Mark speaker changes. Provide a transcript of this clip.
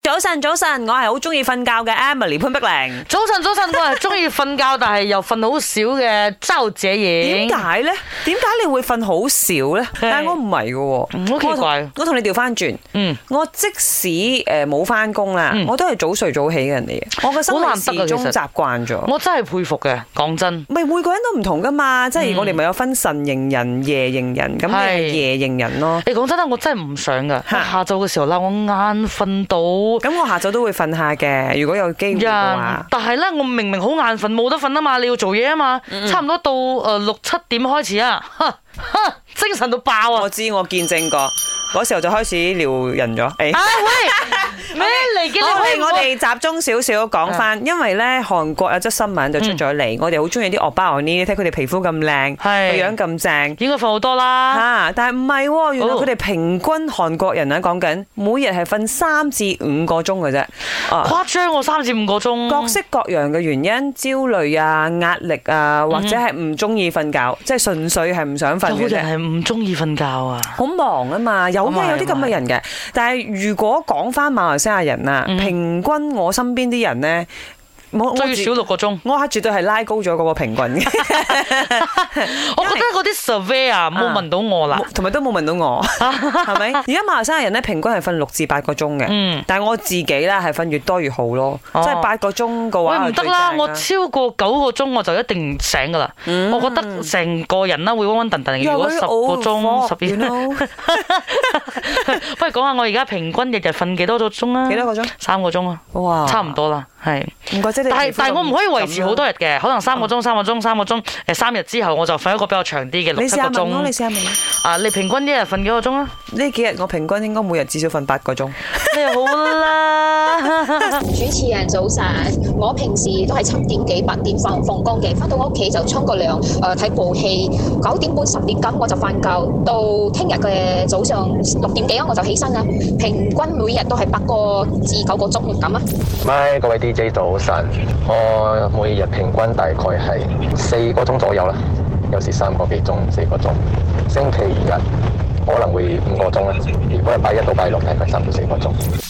Speaker 1: 早晨，早晨，我係好中意瞓覺嘅 Emily 潘碧玲。
Speaker 2: 早晨，早晨，我係中意瞓覺，但係又瞓好少嘅周姐影。
Speaker 1: 點解咧？點解你會瞓好少咧？但係我唔係嘅喎，
Speaker 2: 嗯好奇怪
Speaker 1: 我同我同你調翻轉，
Speaker 2: 嗯，
Speaker 1: 我即使誒冇翻工啦，我都係早睡早起嘅人嚟嘅。我個生
Speaker 2: 好
Speaker 1: 活
Speaker 2: 難
Speaker 1: 時
Speaker 2: 得啊
Speaker 1: 鐘
Speaker 2: 其實
Speaker 1: 習慣咗。
Speaker 2: 我真係佩服嘅，講真。
Speaker 1: 咪每個人都唔同噶嘛，即係我哋咪有分晨型人、夜型人，咁你係
Speaker 2: 嗯係
Speaker 1: 夜型人咯。
Speaker 2: 你講真啦，啊我真係唔想噶。我
Speaker 1: 嚇
Speaker 2: 下晝嘅時候啦，我眼瞓到
Speaker 1: 咁我下晝都會瞓下嘅，如果有機會嘅
Speaker 2: 呀
Speaker 1: 話，。
Speaker 2: 但係咧，我明明好眼瞓，冇得瞓啊嘛，你要做嘢啊嘛，
Speaker 1: 嗯
Speaker 2: 差唔多到誒六七點開始啊，哈哈精神到爆啊
Speaker 1: 我！知我見證過，嗰時候就開始撩人咗。誒
Speaker 2: 啊 喂，咩嚟嘅？你啊
Speaker 1: 我
Speaker 2: 可以
Speaker 1: 哦哋我哋集中少少講翻，因為咧韓國有則新聞就出咗嚟，我哋好中意啲惡霸王呢，睇佢哋皮膚咁靚，
Speaker 2: 嗯係
Speaker 1: 個樣咁正。
Speaker 2: 應該瞓好多啦。
Speaker 1: 啊！但係唔係喎，原來
Speaker 2: 哦
Speaker 1: 佢哋平均韓國人啊講緊，每日係瞓三至五個鐘嘅啫。啊，
Speaker 2: 誇張我三至五個鐘。
Speaker 1: 各式各樣嘅原因，焦慮啊、壓力啊，或者係唔中意瞓覺，即係純粹係唔想瞓
Speaker 2: 有
Speaker 1: 嘅
Speaker 2: 好
Speaker 1: 啫
Speaker 2: 人。係唔中意瞓覺啊。
Speaker 1: 好忙啊嘛，有
Speaker 2: 咁啊
Speaker 1: 嘅有啲咁嘅人嘅。但係如果講翻馬來西亞人啊，平均我身邊啲人呢，冇
Speaker 2: 最少。六個鐘，
Speaker 1: 我係絕對係拉高咗嗰個平均 嘅，
Speaker 2: 我覺得嗰啲 survey 啊冇問到我啦。
Speaker 1: 冇 同埋都冇問到我，係咪？而家馬來西亞人咧平均係瞓六至八個鐘嘅，
Speaker 2: 嗯，
Speaker 1: 但係我自己咧係瞓越多越好咯，
Speaker 2: 哦
Speaker 1: 即係八個鐘嘅嗯
Speaker 2: 喂
Speaker 1: 話
Speaker 2: 唔得啦，
Speaker 1: 就
Speaker 2: 我
Speaker 1: 最正
Speaker 2: 超過九個鐘我就一定醒噶啦。我覺得成個人啦會昏昏沌沌嘅。如果十個
Speaker 1: You're very
Speaker 2: 鐘
Speaker 1: old
Speaker 2: 十
Speaker 1: you
Speaker 2: 二，
Speaker 1: know，
Speaker 2: 不如講下我而家平均日日瞓幾多個鐘 啊？
Speaker 1: 幾多個鐘？
Speaker 2: 三個鐘啊，
Speaker 1: 哇，
Speaker 2: 差唔。多啦，係。
Speaker 1: 唔怪之你
Speaker 2: 但
Speaker 1: 皮膚咁
Speaker 2: 係
Speaker 1: 啦，
Speaker 2: 但係我唔可以維持好多日嘅，可能三個鐘、三個鐘、三個鐘，誒三日之後我就瞓一個比較長啲
Speaker 1: 你
Speaker 2: 嘅六
Speaker 1: 試
Speaker 2: 七個
Speaker 1: 下問我，你試
Speaker 2: 鐘。
Speaker 1: 下問我
Speaker 2: 啊，你平均一日瞓幾個鐘啊？
Speaker 1: 呢幾日我平均應該每日至少瞓八個鐘。
Speaker 2: 你 好啦。
Speaker 3: 主持人早晨，我平時都係七點幾八點放放工嘅，翻到屋企就沖個涼，誒、睇部戲，九點半十點咁我就瞓覺，到聽日嘅早上六點幾我就起身啦。平均每日都係八個至九個鐘咁啊。
Speaker 4: 咪各位 DJ 早晨，我每日平均大概係四個鐘左右啦，有時三個幾鐘、四個鐘。星期日可能會五個鐘啦，如果係拜一到拜六大概三到四個鐘。